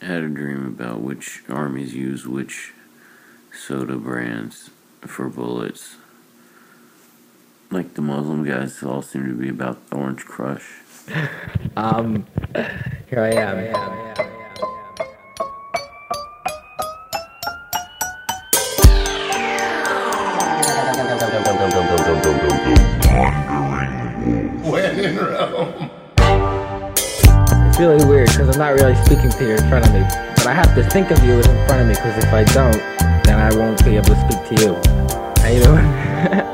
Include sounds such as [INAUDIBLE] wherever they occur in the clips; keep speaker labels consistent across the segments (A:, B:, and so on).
A: had a dream about which armies use which soda brands for bullets. Like the Muslim guys all seem to be about Orange Crush.
B: Um, here I am.
C: When in Rome.
B: It's really weird because I'm not really speaking to you in front of me, but I have to think of you as in front of me because if I don't, then I won't be able to speak to you. How you doing? [LAUGHS]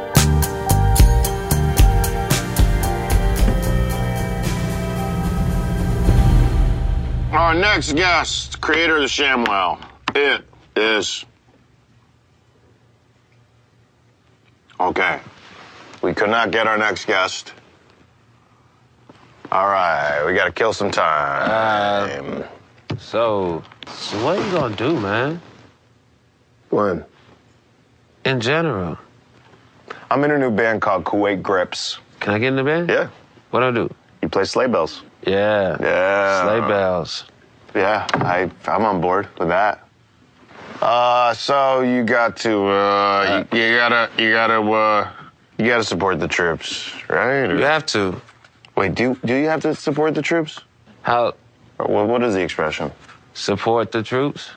D: Our next guest, creator of the ShamWow, it is. Okay. We could not get our next guest. All right, we gotta kill some time.
E: Uh, So, so what you gonna do, man?
D: When?
E: In general,
D: I'm in a new band called Kuwait Grips.
E: can I get in the band?
D: Yeah.
E: What I do?
D: You play sleigh bells.
E: Yeah.
D: Yeah.
E: Sleigh bells.
D: Yeah, I, I'm on board with that. Uh, so you got to, uh, you, you gotta, you gotta, uh, you gotta support the troops, right?
E: You have to.
D: Wait, do do you have to support the troops?
E: How
D: Or what, what is the expression?
E: support the troops?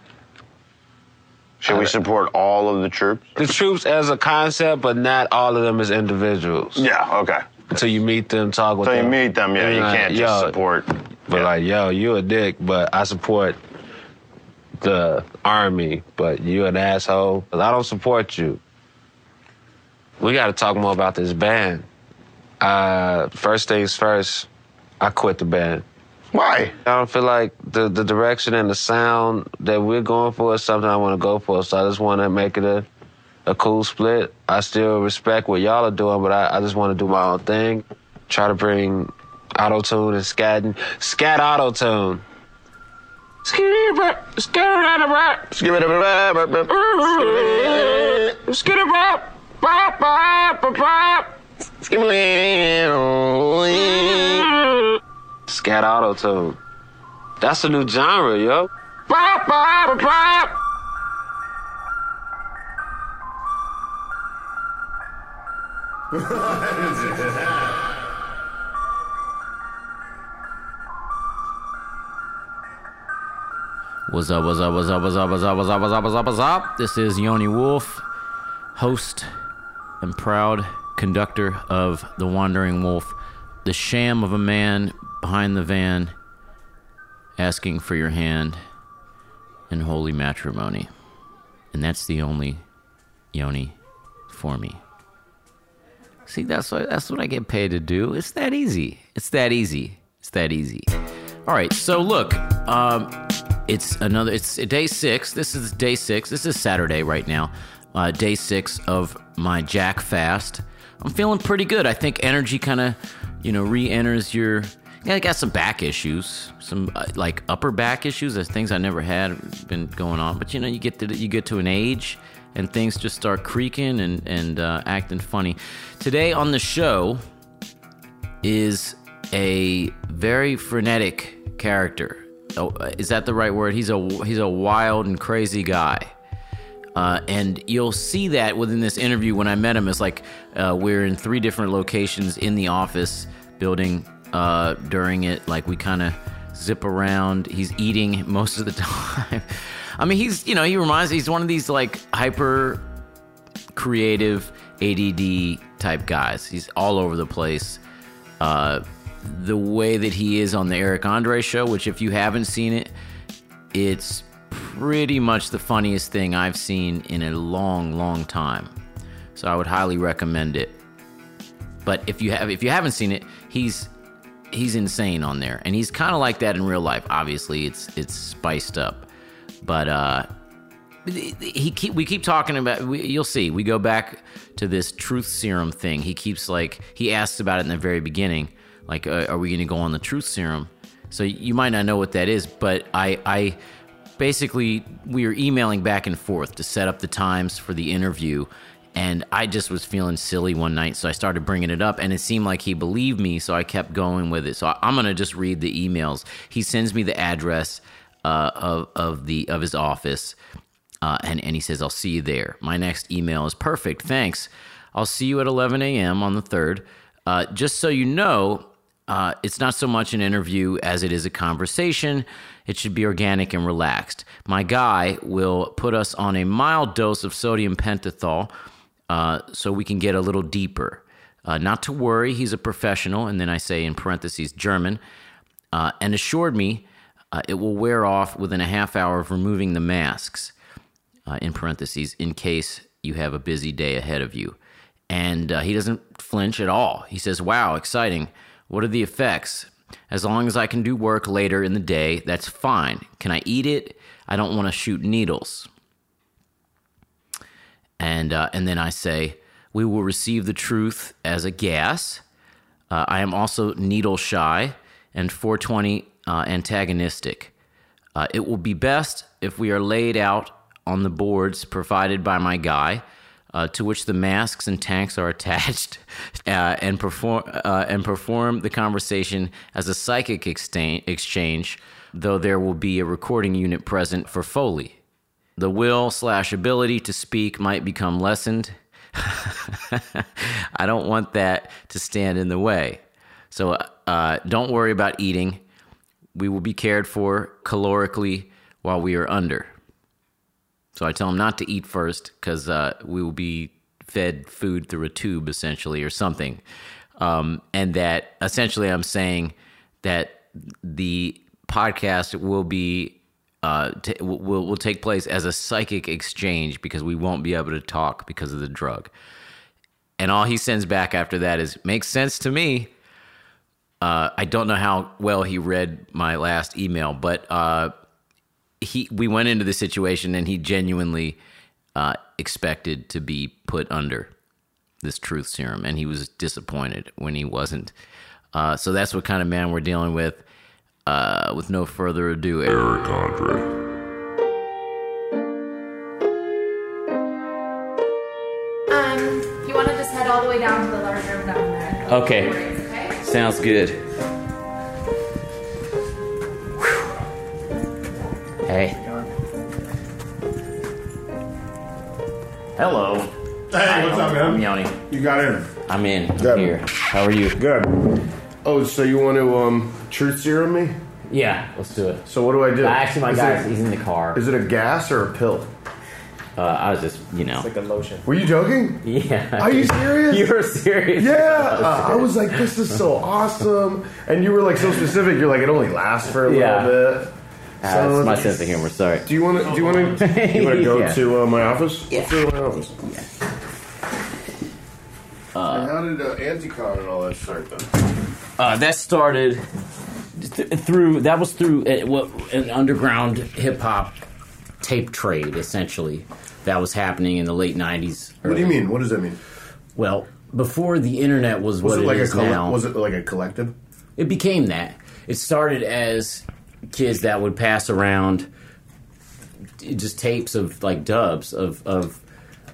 D: Should we support all of the troops?
E: The troops as a concept, but not all of them as individuals.
D: Yeah. Okay.
E: Until you meet them, talk with
D: So you
E: them.
D: meet them, yeah.
E: And
D: You
E: like,
D: can't just
E: yo,
D: support.
E: But
D: yeah.
E: like, yo, you a dick, but I support the army, but you an asshole. But I don't support you. We gotta talk more about this band. Uh first things first, I quit the band.
D: why?
E: I don't feel like the, the direction and the sound that we're going for is something I want to go for. So I just want to make it a, a cool split. I still respect what y'all are doing, but I, I just want to do my own thing. Try to bring auto tune and scat and scat auto tune. Scat auto tune. That's a new genre, yo.
A: What's up, what's up, what's up, what's up, what's up, what's up, what's up, what's up, what's up? This is Yoni Wolf, host and proud conductor of The Wandering Wolf, the sham of a man behind the van asking for your hand in holy matrimony. And that's the only Yoni for me. See, that's what, that's what I get paid to do. It's that easy. It's that easy. It's that easy. All right, so look, um, it's another. It's day six. This is day six. This is Saturday right now. Uh, day six of my Jack fast. I'm feeling pretty good. I think energy kind of, you know, re-enters your. Yeah, I got some back issues, some uh, like upper back issues. There's things I never had been going on, but you know, you get to you get to an age, and things just start creaking and and uh, acting funny. Today on the show, is a very frenetic character. Oh, is that the right word? He's a he's a wild and crazy guy. Uh, and you'll see that within this interview when I met him. It's like uh, we're in three different locations in the office building uh, during it. Like we kind of zip around. He's eating [LAUGHS] most of the time. I mean, he's, you know, he reminds he's one of these like hyper creative ADD type guys. He's all over the place. Uh, the way that he is on the Eric Andre show, which if you haven't seen it, it's pretty much the funniest thing I've seen in a long, long time. So I would highly recommend it. But if you have if you haven't seen it, he's he's insane on there. And he's kind of like that in real life. Obviously, it's it's spiced up. But uh he keep, we keep talking about we, you'll see we go back to this truth serum thing he keeps like he asks about it in the very beginning like uh, are we going to go on the truth serum so you might not know what that is but i i basically we were emailing back and forth to set up the times for the interview and i just was feeling silly one night so i started bringing it up and it seemed like he believed me so i kept going with it so I, i'm going to just read the emails he sends me the address uh, of of the of his office, uh, and and he says, "I'll see you there." My next email is perfect. Thanks. I'll see you at 11 a.m. on the third. Uh, just so you know, uh, it's not so much an interview as it is a conversation. It should be organic and relaxed. My guy will put us on a mild dose of sodium pentothal uh, so we can get a little deeper. Uh, not to worry, he's a professional. And then I say in parentheses, German, uh, and assured me uh, it will wear off within a half hour of removing the masks uh, in parentheses, in case you have a busy day ahead of you. And uh, he doesn't flinch at all. He says, Wow, exciting. What are the effects? As long as I can do work later in the day, that's fine. Can I eat it? I don't want to shoot needles. And, uh, and then I say, We will receive the truth as a gas. Uh, I am also needle shy and 420 uh, antagonistic. Uh, it will be best if we are laid out on the boards provided by my guy, uh, to which the masks and tanks are [LAUGHS] attached, uh, and perform uh, and perform the conversation as a psychic extain- exchange. Though there will be a recording unit present for Foley, the will slash ability to speak might become lessened. [LAUGHS] I don't want that to stand in the way. So uh, don't worry about eating. We will be cared for calorically while we are under. So I tell him not to eat first because uh, we will be fed food through a tube, essentially, or something. Um, and that essentially I'm saying that the podcast will be. Uh, t- will will take place as a psychic exchange because we won't be able to talk because of the drug, and all he sends back after that is makes sense to me. Uh, I don't know how well he read my last email, but uh, he we went into the situation and he genuinely uh, expected to be put under this truth serum and he was disappointed when he wasn't uh, so that's what kind of man we're dealing with uh, with no further ado Eric.
C: Eric Andre.
F: Um, you want to just head all the way down to the large room down there.
A: Okay.
F: Okay.
A: sounds good hey hello
C: Hey, what's up,
A: i'm
C: man?
A: yoni
C: You got in.
A: i'm in I'm
C: Good.
A: here how are you
C: Good. Oh, so you want to um truth serum me?
A: yeah let's do it
C: So what do I do?
A: actually my
C: is
A: guy
C: it-
A: he's in the car
C: Is it a gas or a pill?
A: Uh, I was just, you know.
G: Like a lotion.
C: Were you joking?
A: [LAUGHS] yeah. [LAUGHS]
C: Are you serious?
A: You were serious.
C: yeah, uh, I was like, this is so awesome, and you were like so specific. You're like, it only lasts for a
A: Yeah.
C: little bit.
A: Ah,
C: So-
A: that's my sense of humor. Sorry.
C: Do you want to? Do
A: [LAUGHS]
C: you want to? You want to go
A: Yeah.
C: to uh, my office? Yeah. Let's go to my office. And how did uh, Anticon and all that start then?
A: Uh, that started th- through, that was through uh, what, an underground hip hop tape trade, essentially, that was happening in the late 90s.
C: What do you mean? What does that mean?
A: Well, before the internet was,
C: Was
A: what
C: it like a
A: is now.
C: colle- was it like a collective?
A: it became that. It started as kids that would pass around just tapes of like dubs of of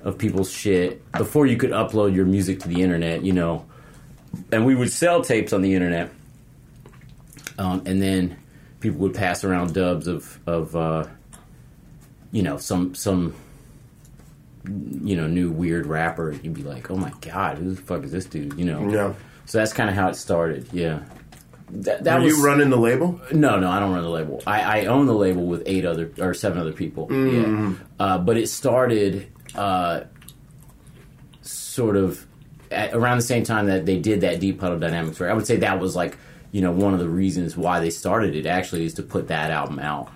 A: of people's shit before you could upload your music to the internet, you know. And we would sell tapes on the internet, um, and then people would pass around dubs of of uh, you know some some you know new weird rapper. You'd be like, oh my god, who the fuck is this dude? You know.
C: Yeah.
A: So that's kind of how it started. Yeah. That, that
C: Are
A: was
C: you running the label?
A: no, no. I don't run the label. I, I own the label with eight other or seven other people.
C: Mm-hmm.
A: Yeah. Uh, but it started uh, sort of at, around the same time that they did that deep puddle dynamics. Right. I would say that was like you know one of the reasons why they started it actually is to put that album out.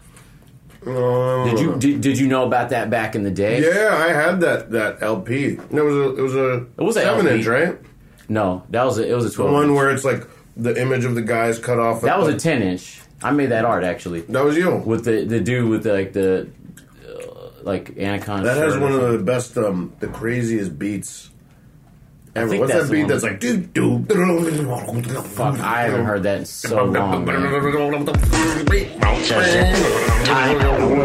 A: Did you did, did you know about that back in the day?
C: Oh. Yeah, I had that that LP. No, it was a it was a it
A: was a
C: seven
A: LP.
C: inch, right?
A: No, that was a, it was a twelve.
C: One where it's like the image of the guys cut off.
A: that was a ten inch. I made that art actually
C: that was you.
A: with the the dude with like the uh, like anaconda.
C: That has
A: shirt or
C: one of the best, um, the craziest beats ever.
A: think
C: What's
A: that's
C: that
A: the
C: beat
A: one.
C: that's like do do?
A: Fuck, I haven't heard that
C: [LAUGHS]
A: in so long. man.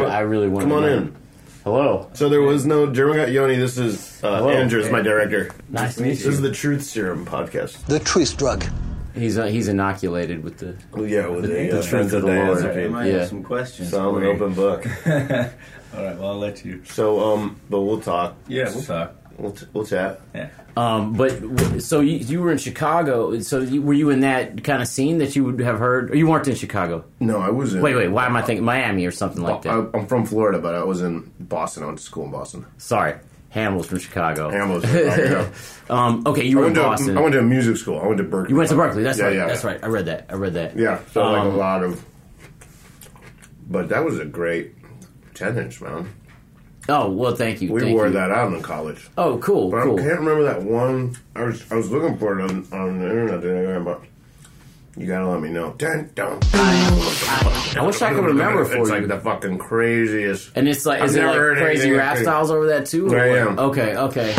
A: I really want
C: Come
A: to
C: on
A: know.
C: in.
A: Hello.
C: So there was no German guy. Yoni, this is uh, Andrew, is my director.
A: Nice to meet
C: This is
A: you.
C: the Truth Serum podcast.
H: The truth drug.
A: He's uh, he's inoculated with the.
I: Yeah, with the,
B: the
I: the
B: truth
I: friends
B: of
I: of
B: the
I: the
B: answer.
I: Lord.
B: I might
A: Yeah.
B: have some questions.
I: So I'm
B: for
I: an
B: you.
I: open book.
A: [LAUGHS]
B: All right, well I'll let you.
I: So, um, but we'll talk.
B: Yeah, we'll talk.
I: We'll, t- we'll chat.
B: Yeah.
A: Um, but w- so you, you were in Chicago. So you, were you in that kind of scene that you would have heard? Or you weren't in Chicago.
C: No, I was in.
A: Wait, wait. Why am I thinking Miami or something like
B: Uh,
A: that?
C: I, I'm from Florida, but I was in Boston. I went to school in
A: [LAUGHS]
C: Boston.
A: Sorry, Hamill's from Chicago.
C: Hamill's from Chicago.
A: um, okay, you
C: I
A: were in
C: went, to,
A: Boston.
C: I went to music school. I went to Berkeley.
A: you went to Berkeley. That's
C: Yeah,
A: right.
C: yeah.
A: That's right. I read that. I read that.
C: Yeah, so like
A: Um,
C: a lot of. But that was a great ten inch, man.
A: Oh well, thank you.
C: We
A: thank
C: wore
A: you.
C: that out in college.
A: Oh, cool,
C: But
A: cool.
C: I can't remember that one. I was I was looking for it on, on the internet, the other day, but you gotta let me know. Dun, dun,
A: I wish I could remember for
C: It's
A: you.
C: like the fucking craziest.
A: and it's like,
C: I've
A: is it
C: never
A: like
C: heard
A: crazy
C: anything
A: rap
C: like-
A: styles over that too? or
C: Yeah,
A: what?
C: yeah.
A: Okay, okay.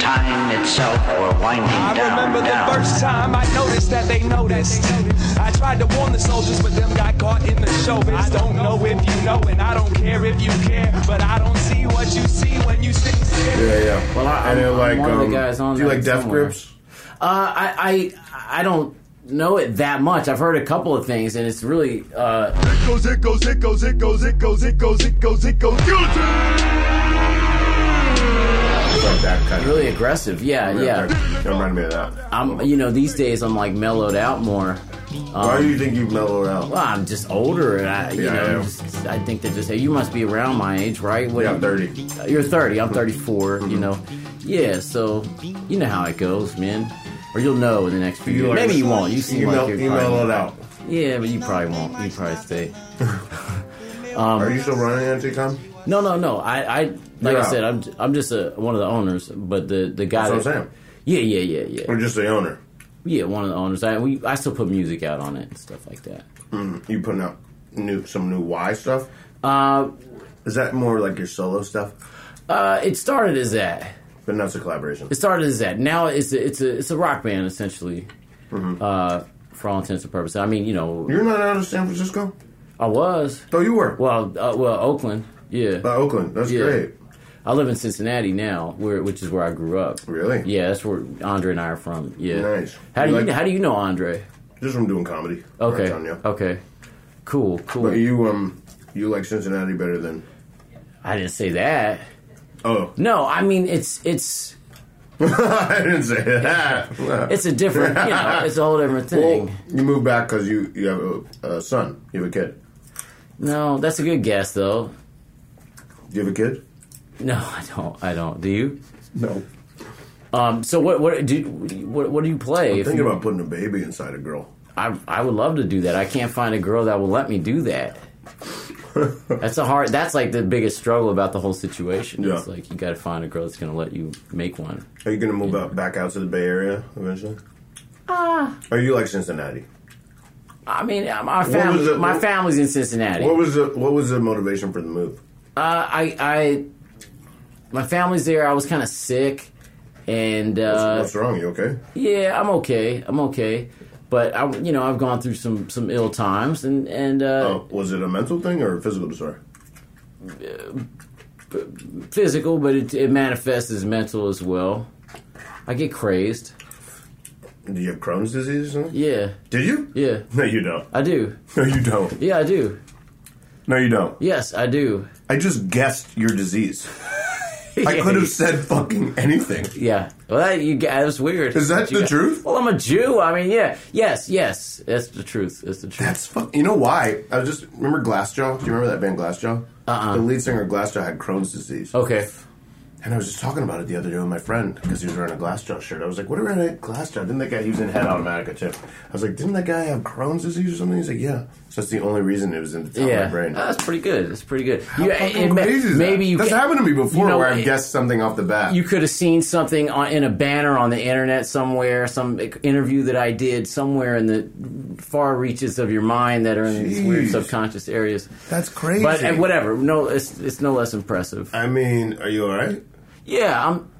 J: time itself were winding
K: I
J: down.
K: remember the
J: down.
K: first time I noticed that they noticed. I tried to warn the soldiers, but them got caught in the showbiz. I don't know if you know, and I don't care if you care, but I don't see what you see when you sit still.
C: Yeah, yeah.
A: Well, I-
C: and
A: I'm-
C: then,
A: I'm
C: like,
A: one of the
C: um,
A: guys on
C: Do you
A: that
C: like Death
A: somewhere.
C: Grips?
A: Uh, I I I don't know it that much. I've heard a couple of things, and it's really uh,
K: Goes, it goes, it goes, it goes, it goes, it goes, it goes, it goes,
C: Like that kind of.
A: really aggressive. Yeah, yeah.
C: That reminded me of that.
A: I'm you know these days I'm like mellowed out more. Um,
C: Why do you think you mellowed out?
A: Well, I'm just older, and I you
C: Yeah,
A: know
C: yeah.
A: just- I think that just hey, you must be around my age, right? What,
C: yeah, I'm thirty.
A: Uh, You're 30.
C: Mm-hmm.
A: I'm 34. You know, yeah. So you know how it goes, man. Or you'll know in the next few years.
C: like-
A: Maybe you won't. You seem
C: You mel-
A: like you're
C: you
A: probably-
C: mellowed out.
A: Yeah, but you probably won't. You probably stay. Um,
C: Are you still running Anticom?
A: No, no, no. I, I like
C: You're
A: I
C: out.
A: said, I'm, I'm just a, one of the owners, but the the guy.
C: That's what I'm
A: that-
C: saying.
A: Yeah, yeah, yeah, yeah,
C: Or just the owner?
A: yeah. One of the owners. I we I still put music out on it and stuff like that.
C: You putting out new some new Y stuff?
A: Uh,
C: Is that more like your solo stuff?
A: uh, it started as that.
C: But that's a collaboration.
A: It started as that. Now it's a, it's a it's a rock band essentially,
C: Mm-hmm.
A: uh, for all intents and purposes. I mean, you know,
C: You're not out of San Francisco?
A: I was
C: Oh, you were.
A: well, uh, well, Oakland. Yeah,
C: Uh, Oakland. That's
A: Yeah.
C: great.
A: I live in Cincinnati now, where which is where I grew up.
C: Really?
A: Yeah, that's where Andre and I are from. Yeah.
C: Nice.
A: How do
C: You
A: you
C: like-
A: how do you know Andre?
C: Just from doing comedy.
A: Okay.
C: Downtown, yeah.
A: Okay. Cool. Cool.
C: But you um you like Cincinnati better than
A: I didn't say that.
C: Oh. [LAUGHS]
A: No, I mean it's it's
C: I didn't say that.
A: it's a different you know it's a whole different
C: [LAUGHS]
A: thing.
C: well, you moved back because you you have a, a son. You have a kid.
A: no, that's a good guess though.
C: Do you have a kid?
A: No, [LAUGHS] I don't. I don't. Do you?
C: No.
A: Um. So what what do what what do you play?
C: I'm
A: If
C: thinking
A: you-
C: about putting a baby inside a girl.
A: I I would love to do that. I can't find a girl that will let me do
C: [LAUGHS]
A: that. That's a hard. That's like the biggest struggle about the whole situation.
C: Yeah.
A: It's like you got to find a girl that's going to let you make one.
C: Are you gonna move out, back out to the Bay Area eventually? Ah. Are you like Cincinnati?
A: I mean, uh, my
C: was
A: family,
C: it-
A: my
C: what-
A: family's in Cincinnati.
C: What was the what was the motivation for the move?
A: Uh, I, I, my family's there. I was kind of sick, and uh,
C: What's wrong? You okay?
A: yeah, I'm okay. I'm okay, but I, you know, I've gone through some some ill times, and and uh,
C: Oh, was it a mental thing or a physical disorder?
A: physical, but it, it manifests as mental as well. I get crazed.
C: Do you have Crohn's disease or something?
A: Yeah,
C: Did you?
A: yeah,
C: [LAUGHS] No, you don't.
A: I do.
C: No, you don't.
A: Yeah, I do.
C: No, you don't.
A: Yes, I do.
C: I just guessed your disease.
A: [LAUGHS]
C: I could have said fucking anything.
A: Yeah. Well, that, you got- that's weird.
C: Is that
A: You
C: the
A: got-
C: truth?
A: Well, I'm a Jew. I mean, yeah. Yes, yes. That's the truth. That's the truth.
C: That's fuck. You know why? I just remember Glassjaw. Do you remember that band Glassjaw?
A: Uh-uh.
C: The lead singer of Glassjaw had Crohn's disease.
A: okay.
C: And I was just talking about it the other day with my friend because he was wearing a Glassjaw shirt. I was like, "What about that Glassjaw? Didn't that guy? He was in Head Automatica too. I was like, "Didn't that guy have Crohn's disease or something?" He's like, "Yeah." So that's the only reason it was in the top
A: Yeah,
C: of my brain.
A: that's pretty good. That's pretty good.
C: How
A: You-
C: fucking
A: it ma-
C: crazy is that?
A: maybe you
C: That's
A: ca-
C: happened to me before,
A: you know,
C: where I've
A: it-
C: guessed something off the bat.
A: You could have seen something on, in a banner on the internet somewhere, some interview that I did somewhere in the far reaches of your mind that are in these weird
C: Jeez.
A: subconscious areas.
C: That's crazy.
A: But and whatever, no, it's it's no less impressive.
C: I mean, are you all right?
A: Yeah, I'm.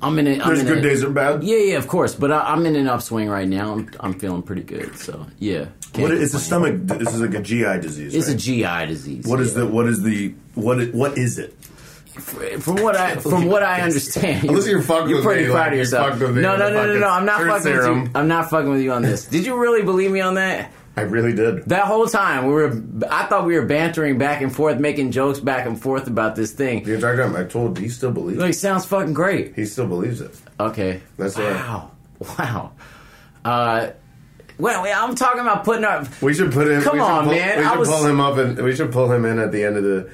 A: I'm in it.
C: There's good days
A: Of-
C: and bad.
A: yeah, yeah, of course. But I, I'm in an upswing right now. I'm, I'm feeling pretty good. So yeah, Can't
C: What, it's a
A: complain.
C: stomach. This is like a GI disease.
A: It's a
C: right?
A: GI disease.
C: What is
A: yeah.
C: the? What is the? What? i- What is it?
A: From what I from
C: [LAUGHS]
A: what I understand,
C: Unless you're fucking with
A: pretty
C: me,
A: proud
C: like,
A: of
C: you're
A: yourself.
C: fucking with me
A: no,
C: with
A: no,
C: the
A: no, no, no.
C: fucking
A: I'm not
C: truth
A: fucking with
C: serum.
A: you. I'm not fucking with you on this. Did you really believe me on that?
C: I really did.
A: That whole time we were, I thought we were bantering back and forth, making jokes back and forth about this thing.
C: The entire time I told he still believes
A: Like,
C: it.
A: sounds fucking great.
C: He still believes it.
A: Okay.
C: That's right.
A: wow. Wow. Uh, well, we- I'm talking about putting up.
C: We should put him.
A: Come
C: we should
A: on,
C: pull,
A: man.
C: We
A: I
C: should
A: was-
C: pull him up, and we should pull him in at the end of the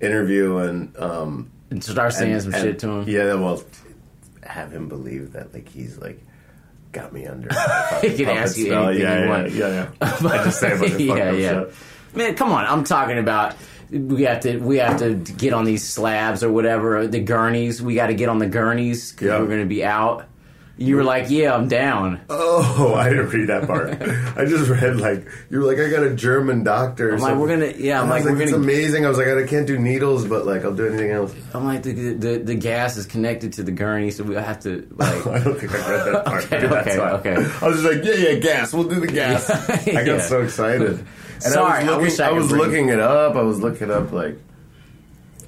C: interview, and um,
A: Start saying
C: and-
A: some
C: and-
A: shit to him.
C: Yeah, well, have him believe that like he's like got me under.
A: [LAUGHS] He can ask you
C: Puppet spell. yeah,
A: anything you
C: yeah,
A: want.
C: Yeah, yeah. I just say a bunch of fucked
A: [LAUGHS] yeah,
C: up
A: yeah.
C: shit.
A: Man, come on. I'm talking about we have to we have to get on these slabs or whatever the gurneys. We got to get on the gurneys because
C: Yeah.
A: we're going to be out. You were like, yeah, I'm down.
C: Oh, I didn't read that
A: [LAUGHS]
C: part. I just read like you were like I got a German doctor. or
A: I'm like, we're
C: something.
A: gonna, yeah. I'm
C: And I
A: like,
C: was
A: we're
C: it's
A: gonna.
C: amazing. I was like, I can't do needles, but like I'll do anything
A: [LAUGHS]
C: else.
A: I'm like, the, the the gas is connected to the gurney, so we have to
C: [LAUGHS] I
A: like.
C: don't think I read that part.
A: Okay,
C: Maybe that's
A: okay,
C: why.
A: okay.
C: I was just like, yeah, yeah, gas. We'll do the gas. I got
A: [LAUGHS] Yeah.
C: so excited. And
A: Sorry,
C: I was,
A: I
C: looking,
A: wish I could
C: was
A: read.
C: looking it up. I was looking up like.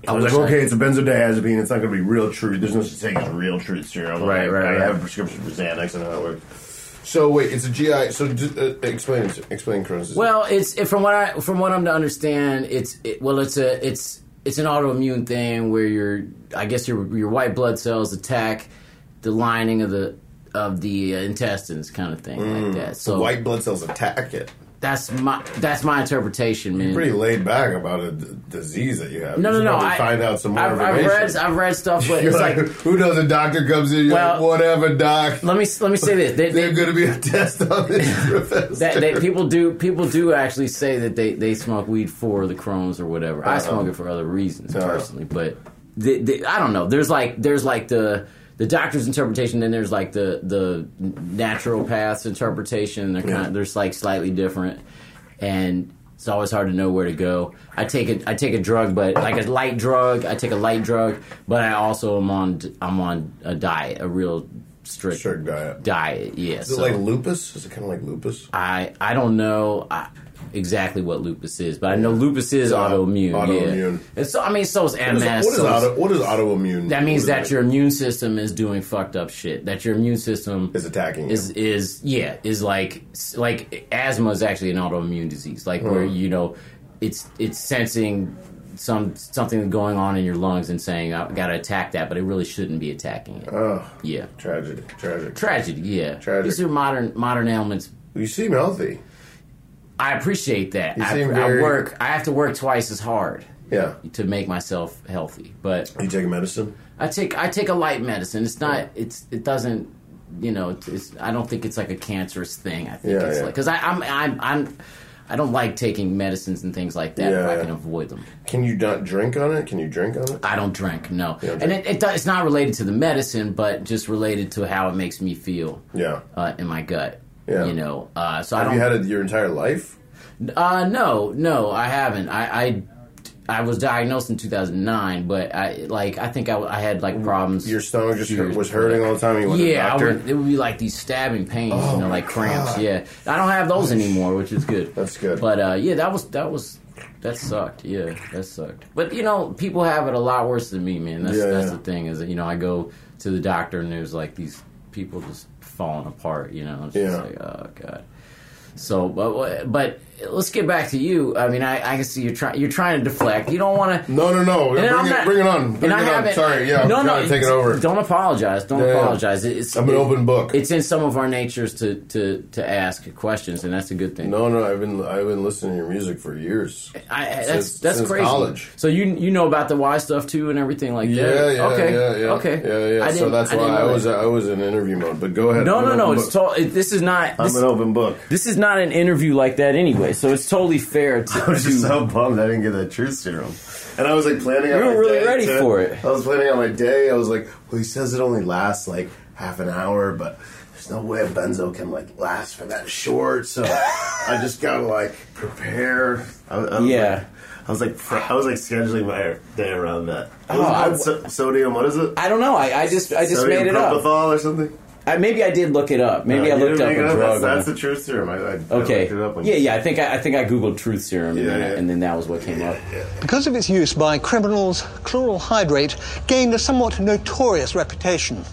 C: I was
A: wish
C: like,
A: I
C: okay,
A: could-
C: it's a benzodiazepine. It's not going to be real truth. There's no such thing as real truth serum.
A: Right,
C: Like,
A: right,
C: I
A: right.
C: have a prescription for Xanax. I know how it works. So wait, it's a GI. So just, uh, explain, explain Crohn's. disease.
A: Well, it's it, from what I from what I'm to understand, it's it, well, it's a it's it's an autoimmune thing where your I guess your your white blood cells attack the lining of the of the uh, intestines, kind of thing like that. So
C: Mm. white blood cells attack it.
A: that's my that's my interpretation, man.
C: Pretty laid back about a d- disease that you have.
A: no,
C: You
A: no,
C: should
A: no.
C: probably
A: I
C: find out some more
A: I've, I've
C: information.
A: read I've read stuff, but
C: [LAUGHS] You're
A: it's like
C: like, who knows? A doctor comes in, you're
A: Well-
C: like, whatever, doc.
A: let me let me say this. They- they-
C: There's going to be a test on this, professor.
A: [LAUGHS] that they, people do people do actually say that they, they smoke weed for the Crohn's or whatever. I smoke it for other reasons
C: Uh-huh.
A: personally, but the, the, I don't know. There's like there's like the the doctor's interpretation, then there's like the the naturopath's interpretation. They're kind
C: Yeah.
A: of, they're like slightly different, and it's always hard to know where to go. I take a I take a drug, but like a light drug. I take a light drug, but I also am on I'm on a diet, a real strict
C: Strict diet.
A: diet. Yeah,
C: Is it like lupus? Is it kind of like lupus?
A: I I don't know uh, exactly what lupus is, but I know lupus is
C: Yeah,
A: autoimmune.
C: autoimmune.
A: Yeah. And so I mean, so is
C: What
A: MS.
C: is, what is
A: so is-
C: auto, what is autoimmune?
A: that means
C: What is
A: that your immune system is doing fucked up shit. That your immune system
C: Is attacking you.
A: Is is yeah is like like asthma is actually an autoimmune disease. Like where
C: Mm.
A: you know it's it's sensing some something going on in your lungs and saying I got to attack that, but it really shouldn't be attacking it. yeah.
C: Tragedy. Oh, Tragic.
A: Tragedy, yeah.
C: Uh. Tragic.
A: These are modern modern ailments,
C: you seem healthy.
A: I appreciate that.
C: You
A: I,
C: seem
A: I
C: very-
A: work. I have to work twice as hard
C: Yeah.
A: to make myself healthy. But
C: You take medicine?
A: I take I take a light medicine. It's not. It's it doesn't. You know. It's, it's. I don't think it's like a cancerous thing. I think
C: Yeah,
A: it's
C: yeah.
A: like because I'm I'm I'm I don't like taking medicines and things like that if
C: Yeah,
A: I
C: yeah.
A: can avoid them.
C: Can you not drink on it? Can you drink on it?
A: I don't drink, no,
C: You don't
A: and
C: drink.
A: it, it do, it's not related to the medicine, but just related to how it makes me feel
C: Yeah.
A: uh, in my gut.
C: Yeah.
A: You know, uh, so I
C: Have
A: don't.
C: you had it your entire life?
A: Uh, no, no, I haven't. I, I, I was diagnosed in 2009, but I like I think I, I had like problems.
C: Your stomach just
A: Years
C: hurt, was hurting all the time. You went
A: yeah,
C: to
A: I
C: the
A: would,
C: doctor.
A: it would be like these stabbing pains,
C: Oh
A: you know,
C: my
A: like cramps.
C: God.
A: Yeah, I don't have those anymore, which is good.
C: That's good.
A: But uh, yeah, that was that was that sucked. Yeah, that sucked. But you know, people have it a lot worse than me, man. That's
C: Yeah,
A: that's
C: yeah.
A: the thing is that you know I go to the doctor and there's like these people just falling apart. You know, it's just
C: Yeah.
A: like oh god. So, but but let's get back to you. I mean, I, I can see you're trying you're trying to deflect. You don't want to.
C: No, no, no. Bring it, bring it on. Bring it on. Sorry, yeah. I'm
A: no, no,
C: trying to take it over.
A: Don't apologize. Don't
C: Yeah, yeah.
A: apologize. It's
C: I'm an
A: it-
C: open book.
A: It's in some of our natures to to to ask questions, and that's a good thing.
C: No, no. I've been I've been listening to your music for years.
A: I, I- that's
C: Since-
A: that's
C: since
A: crazy.
C: college.
A: So you you know about the why stuff too and everything like
C: Yeah,
A: that.
C: yeah,
A: okay,
C: yeah, yeah,
A: okay,
C: yeah, yeah.
A: I
C: so
A: didn't-
C: that's
A: didn't
C: why I
A: know
C: was
A: that.
C: I was in interview mode. But go ahead.
A: No,
C: I'm
A: no,
C: an
A: no.
C: open
A: It's
C: book.
A: to, it, this is not.
C: I'm
A: This,
C: an open book.
A: this is not an interview like that anyway. So it's totally fair to.
C: [LAUGHS] I was just
A: to-
C: so bummed I didn't get that truth serum. And I was like planning
A: You
C: on
A: were
C: my
A: really
C: day,
A: ready
C: too.
A: for it.
C: I was planning on my day. I was like, well, he says it only lasts like half an hour, but there's no way a benzo can like last for that short.
A: [LAUGHS]
C: So I just gotta like prepare. I, I was
A: Yeah.
C: Like, I was like, fr- I was like scheduling my day around that.
A: Oh, I
C: Wasn't that so- sodium, what is it?
A: I don't know. I, I just I just
C: sodium
A: made it up.
C: propofol or something.
A: I, maybe I did look it up. Maybe
C: No,
A: I
C: you
A: looked
C: didn't
A: up
C: make
A: a
C: it up.
A: drug.
C: That's,
A: on-
C: that's the truth serum. I, I, I
A: Okay.
C: looked it up on-
A: yeah, yeah. I think I, I think I googled truth serum, and, then,
C: Yeah, yeah.
A: and then that was what came up.
H: Because of its use by criminals, chloral hydrate gained a somewhat notorious reputation.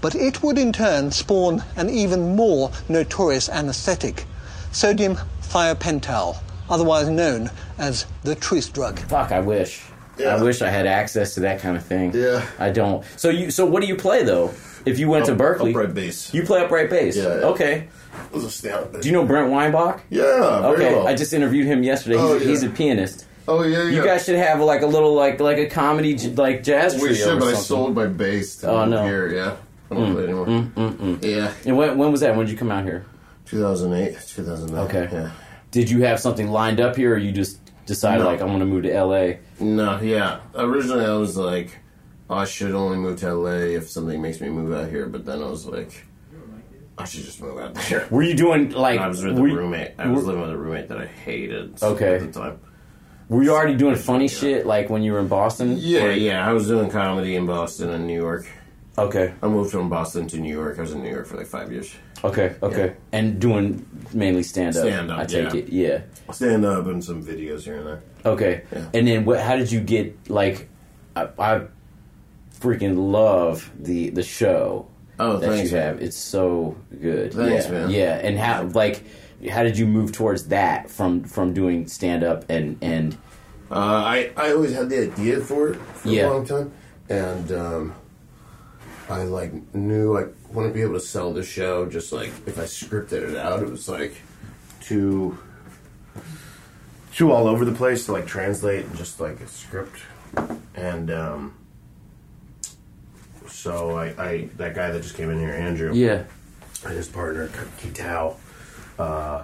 H: But it would in turn spawn an even more notorious anesthetic, sodium thiopental, otherwise known as the truth drug.
A: Fuck, I wish. I wish I had access to that kind of thing.
H: Yeah.
A: I don't. So you. So what do you play though? If you went to
C: Up-
A: Berkeley,
C: upright bass.
A: You play upright bass.
C: Yeah, yeah.
A: Okay.
C: It was a stout.
A: Do you know Brent Weinbach?
C: Yeah, very
A: okay.
C: well.
A: I just interviewed him yesterday. He's,
C: Oh,
A: a, he's a
C: yeah.
A: pianist.
L: Oh yeah, yeah.
A: You guys should have like a little like like a comedy j- like jazz trio.
L: We
A: or
L: should, but I
A: something.
L: sold my bass to
A: Oh, no.
L: here. Yeah, I don't
A: Mm,
L: play anymore.
A: mm, mm, mm.
L: Yeah.
A: And when, when was that? When did you come out here?
C: 2008, 2009.
A: Okay.
C: Yeah.
A: Did you have something lined up here, or you just decided
L: No.
A: like I'm going to move to L.A.
L: No, yeah. Originally, I was like, I should only move to LA if something makes me move out here. But then I was like, I should just move out there.
A: Were you doing like?
L: I was with a
A: were you-
L: roommate. I was
A: were-
L: living with a roommate that I hated.
A: Okay.
L: At the time.
A: Were you already doing funny shit like when you were in Boston?
L: Yeah,
A: Or-
L: yeah. I was doing comedy in Boston and New York.
A: Okay.
L: I moved from Boston to New York. I was in New York for like five years.
A: Okay, okay. And doing mainly stand up.
L: Stand up,
A: I take
L: yeah.
A: it, yeah.
L: Stand up and some videos here and there.
A: Okay. And then what how did you get like I, I freaking love the the show
L: Oh,
A: that
L: thanks,
A: you
L: man.
A: have. It's so good.
L: Thanks,
A: yeah.
L: man.
A: Yeah, and how like how did you move towards that from from doing stand up and and
L: Uh, I I always had the idea for it for
A: Yeah.
L: a long time, and um, I like knew I wouldn't be able to sell the show. Just like if I scripted it out, it was like too
C: Too all over the place to like translate and just like a script. And um, so I, I, that guy that just came in here, Andrew.
A: Yeah.
C: And his partner, K- Key Tao. Uh,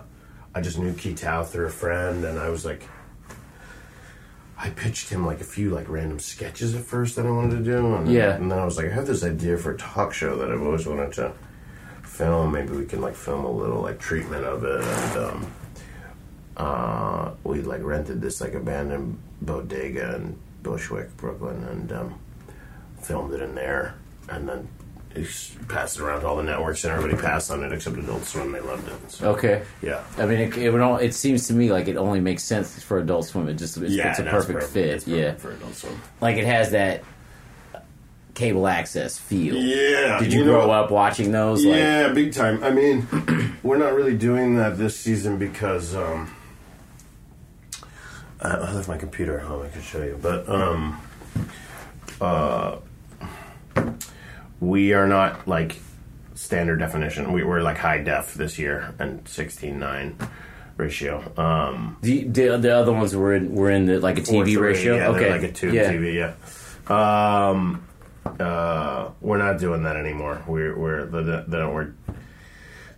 C: I just knew Key Tao through a friend, and I was like, I pitched him like a few like random sketches at first that I wanted to do, and
A: Yeah.
C: and then I was like, I have this idea for a talk show that I've always wanted to film. Maybe we can like film a little like treatment of it, and um, uh, we like rented this like abandoned bodega in Bushwick, Brooklyn, and um, filmed it in there, and then. it's Passed around to all the networks and everybody passed on it except Adult Swim. They loved it. So,
A: Okay.
C: Yeah.
A: I mean, it, it would. All, it seems to me like it only makes sense for Adult Swim. It just it's,
C: Yeah,
A: it's a
C: that's
A: perfect
C: perfect.
A: fit.
C: It's perfect
A: yeah,
C: for Adult Swim.
A: Like it has that cable access feel.
C: Yeah,
A: Did you,
C: Uh, you know-
A: grow up watching those? Like,
C: Yeah, big time. I mean, [CLEARS THROAT] we're not really doing that this season because um, I, I left my computer at home. I could show you, but um, uh, we are not like standard definition. We, we're like high def this year and sixteen nine ratio. Um,
A: the, the the other ones were in were in the like a
C: or
A: TV
C: three,
A: ratio.
C: yeah, they're
A: okay,
C: like a two
A: yeah.
C: TV. Yeah, um, uh, we're not doing that anymore. We're we're the, the, the network.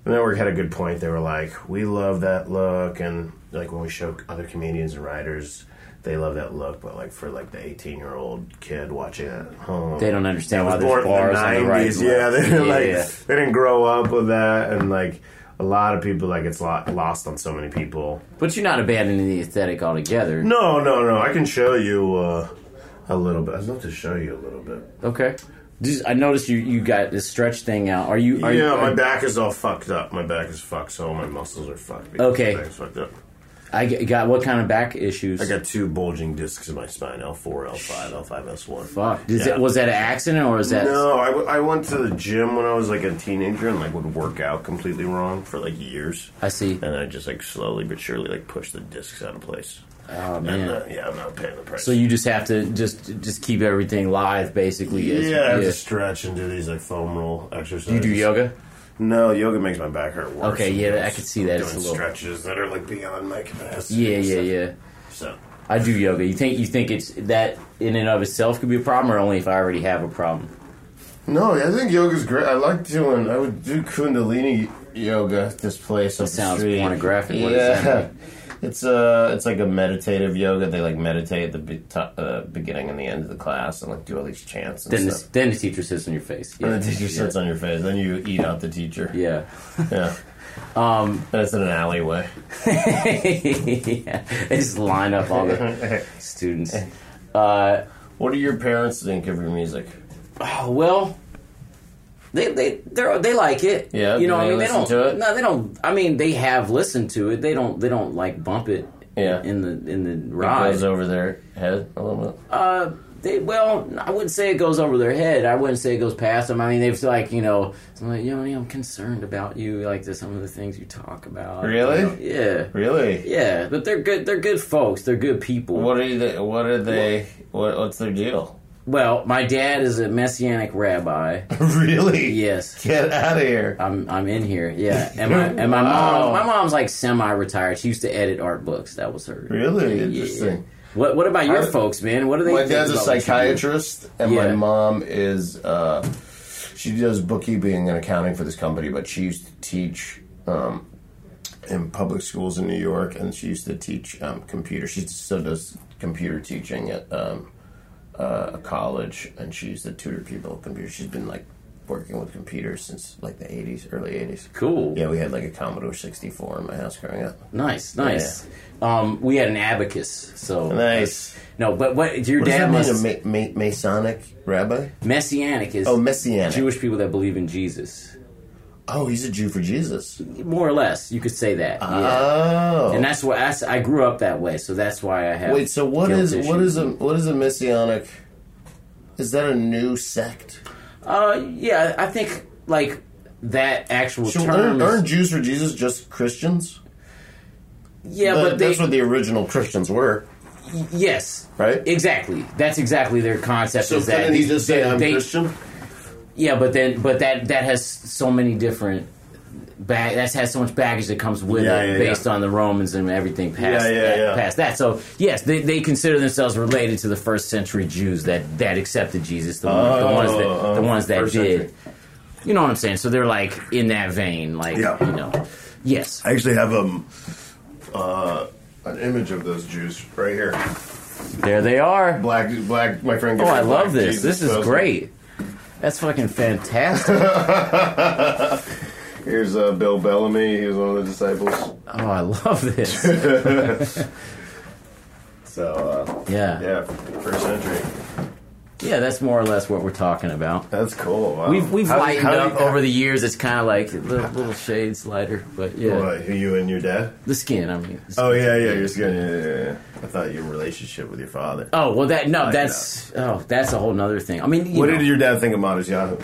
C: The network had a good point. They were like, we love that look, and like when we show other comedians and writers. They love that look, but like for like the eighteen-year-old kid watching it at home,
A: They don't understand
C: that
A: why
C: was
A: there's
C: born in
A: bars on the right and
C: Yeah, they
A: left.
C: didn't,
A: Yeah,
C: like [LAUGHS]
A: yeah.
C: they didn't grow up with that, and like a lot of people like it's lo- lost on so many people.
A: But you're not abandoning the aesthetic altogether.
C: No, no, no. I can show you uh, a little bit. I'd love to show you a little bit.
A: Okay. Just- I noticed you you got this stretch thing out. Are you? Are
C: yeah,
A: you,
C: my
A: are-
C: back is all fucked up. My back is fucked, so all my muscles are fucked. because
A: Okay.
C: my back's fucked up.
A: I g- got what kind of back issues?
C: I got two bulging discs in my spine: L four, L five, L five, S one.
A: Fuck. Is that, was that an accident or is that?
C: No, I, w- I went to the gym when I was like a teenager and like would work out completely wrong for like years.
A: I see.
C: And I just like slowly but surely like pushed the discs out of place. [LAUGHS]
A: Oh man.
C: And, uh, yeah, I'm not paying the price.
A: So you just have to just just keep everything live, basically. as-
C: Yeah, I have to stretch and do these like foam roll exercises.
A: You do yoga?
C: No, yoga makes my back hurt worse.
A: Okay, yeah, I could see that.
C: Doing
A: It's a little-
C: stretches that are like beyond my capacity.
A: Yeah, yeah, yeah.
C: So
A: I do yoga. You think you think it's that in and of itself could be a problem, or only if I already have a problem?
L: No, I think yoga's great. I like doing. I would do Kundalini yoga. at This place up the
A: sounds
L: street.
A: pornographic.
L: Yeah,
A: What does that
L: [LAUGHS] it's uh, it's like a meditative yoga. They like meditate at the be- to- uh, beginning and the end of the class, and like do all these chants. And
A: Then the,
L: stuff.
A: then the teacher sits on your face.
L: And the teacher sits on your face. Then you eat out the teacher.
A: Yeah. [LAUGHS]
L: Yeah.
A: Um,
L: That's in an alleyway.
A: yeah. They just line up
M: [LAUGHS]
A: all the students. Uh,
L: what do your parents think of your music?
A: Oh, well, They they they they like it.
M: Yeah,
A: you know.
M: do
A: I
M: they
A: mean, they
M: listen
A: don't.
M: to it?
A: No, they don't. I mean, they have listened to it. They don't. They don't like bump it.
M: Yeah.
A: In the in the ride
M: goes over their head a little bit.
A: Uh, they well, I wouldn't say it goes over their head. I wouldn't say it goes past them. I mean, they've like you know, it's like you know, I'm concerned about you, like the, some of the things you talk about.
M: Really?
A: You know, Yeah.
M: Really?
A: Yeah, but they're good. They're good folks. They're good people.
M: What are they? What are they? What, what's their deal?
A: Well, my dad is a messianic rabbi.
M: [LAUGHS] Really?
A: Yes.
M: Get outta here.
A: I'm I'm in here. Yeah. And my and my
M: Wow.
A: mom my mom's like semi-retired. She used to edit art books. That was her.
N: Really?
A: Yeah.
N: Interesting.
A: What What about your
N: I-
A: folks, man? What are they?
N: my
A: think
N: dad's a
A: about what you do?
N: psychiatrist, and
A: Yeah.
N: my mom is uh, she does bookkeeping and accounting for this company, but she used to teach um, in public schools in New York, and she used to teach um, computer. She still does computer teaching at um, uh, a college, and she used to tutor people at computer. She's been like working with computers since like the 80s early 80s
A: cool
N: yeah we had like a commodore 64 in my house growing up
A: Nice,
N: Yeah.
A: nice. Um, we had an abacus, so
N: Nice.
A: No, but what your
N: What does
A: dad
N: that
A: must
N: mean, a ma- ma- Masonic rabbi?
A: messianic is
N: Oh, messianic.
A: Jewish people that believe in Jesus.
N: Oh, he's a Jew for Jesus,
A: more or less. You could say that.
N: Oh.
A: and that's why that's, I grew up that way, so that's why I have.
N: Wait, so what
A: guilt
N: is what is
A: issues.
N: a what is a messianic? Is that a new sect?
A: Uh, yeah, I think like that actual
N: Should-
A: term.
N: aren't,
A: is-
N: aren't Jews for Jesus just Christians?
A: yeah,
N: That-
A: but they,
N: that's what the original Christians were.
A: yes,
N: right?
A: Exactly. That's exactly their concept.
N: So
A: is that
N: couldn't he just say, "I'm Christian"?
A: Yeah, but then, but that that has so many different. Bag, that's has so much baggage that comes with
M: Yeah,
A: it,
M: yeah,
A: based
M: yeah.
A: on the Romans and everything past
M: Yeah, yeah,
A: that,
M: yeah.
A: past that. So yes, they, they consider themselves related to the first century Jews that, that accepted Jesus, the, ones- the ones that
M: Oh,
A: the ones that did.
M: first century.
A: You know what I'm saying? So they're like in that vein, like
M: Yeah.
A: you know, yes.
C: I actually have um, uh, an image of those Jews right here.
A: There they are.
C: Black, black. My friend.
A: Oh,
C: gave me
A: I
C: black
A: love this.
C: Jesus
A: this is
C: pose.
A: great. That's
M: [LAUGHS]
A: fucking fantastic.
C: Here's uh, Bill Bellamy. He was one of the disciples.
A: Oh, I love
M: [LAUGHS]
A: this.
C: so uh,
A: Yeah.
C: yeah, first century.
A: Yeah, that's more or less what we're talking about.
C: That's cool. Wow.
A: We've we've
C: Um, How do you-
A: lightened
C: how do you-
A: up over the years. It's kind of like little, little shades lighter, but yeah.
C: What, who, you and your dad?
A: The skin. I mean. the
C: Oh
A: skin.
C: yeah, yeah. You're scared. Yeah, yeah, yeah. I thought your relationship with your father.
A: Oh well, that no,
C: Lighten
A: that's oh, that's a whole nother thing. I mean, you
C: what
A: know,
C: did your dad think of Matasiano?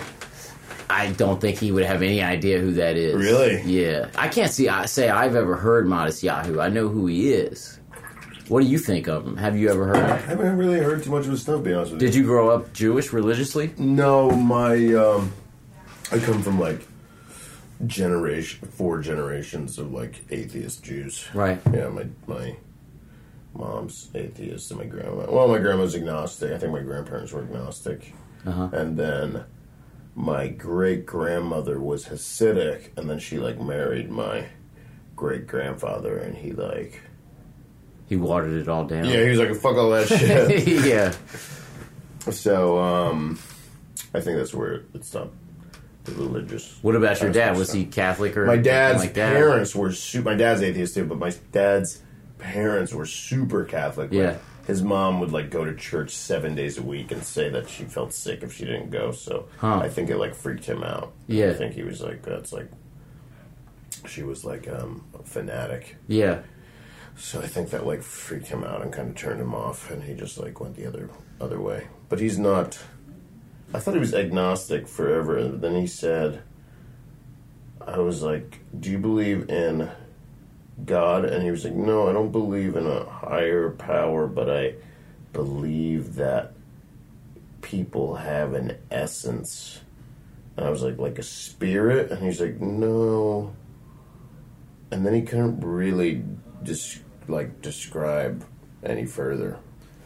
A: I don't think he would have any idea who that is.
C: Really?
A: Yeah, I can't see. I say I've ever heard Modest Yahoo. I know who he is. What do you think of him? Have you ever heard?
C: I
A: Of him?
C: haven't really heard too much of his stuff. To be honest with you.
A: Did you grow up Jewish religiously?
C: No, my um, I come from like generation four generations of like atheist Jews.
A: Right.
C: Yeah, my my mom's atheist and my grandma. Well, my grandma's agnostic. I think my grandparents were agnostic,
A: Uh-huh.
C: and then my great grandmother was Hasidic, and then she like married my great grandfather, and he like
A: He watered it all down.
C: yeah, he was like fuck all that shit.
A: [LAUGHS] yeah.
C: [LAUGHS] So um, I think that's where it stopped. The religious.
A: What about your dad?
C: aspect
A: Was he
C: stuff.
A: Catholic or
C: my dad's
A: anything like that?
C: parents were super. My dad's atheist too, but my dad's parents were super Catholic. Like,
A: Yeah.
C: his mom would like go to church seven days a week and say that she felt sick if she didn't go. So
A: Huh.
C: I think it like freaked him out.
A: Yeah.
C: I think he was like that's like. She was like um, a fanatic.
A: Yeah.
C: So I think that like freaked him out and kind of turned him off, and he just like went the other other way. But he's not. I thought he was agnostic forever, and then he said, "I was like, do you believe in God?" And he was like, "No, I don't believe in a higher power, but I believe that people have an essence." And I was like, "Like a spirit?" And he's like, "No." and then he couldn't really just like describe any further.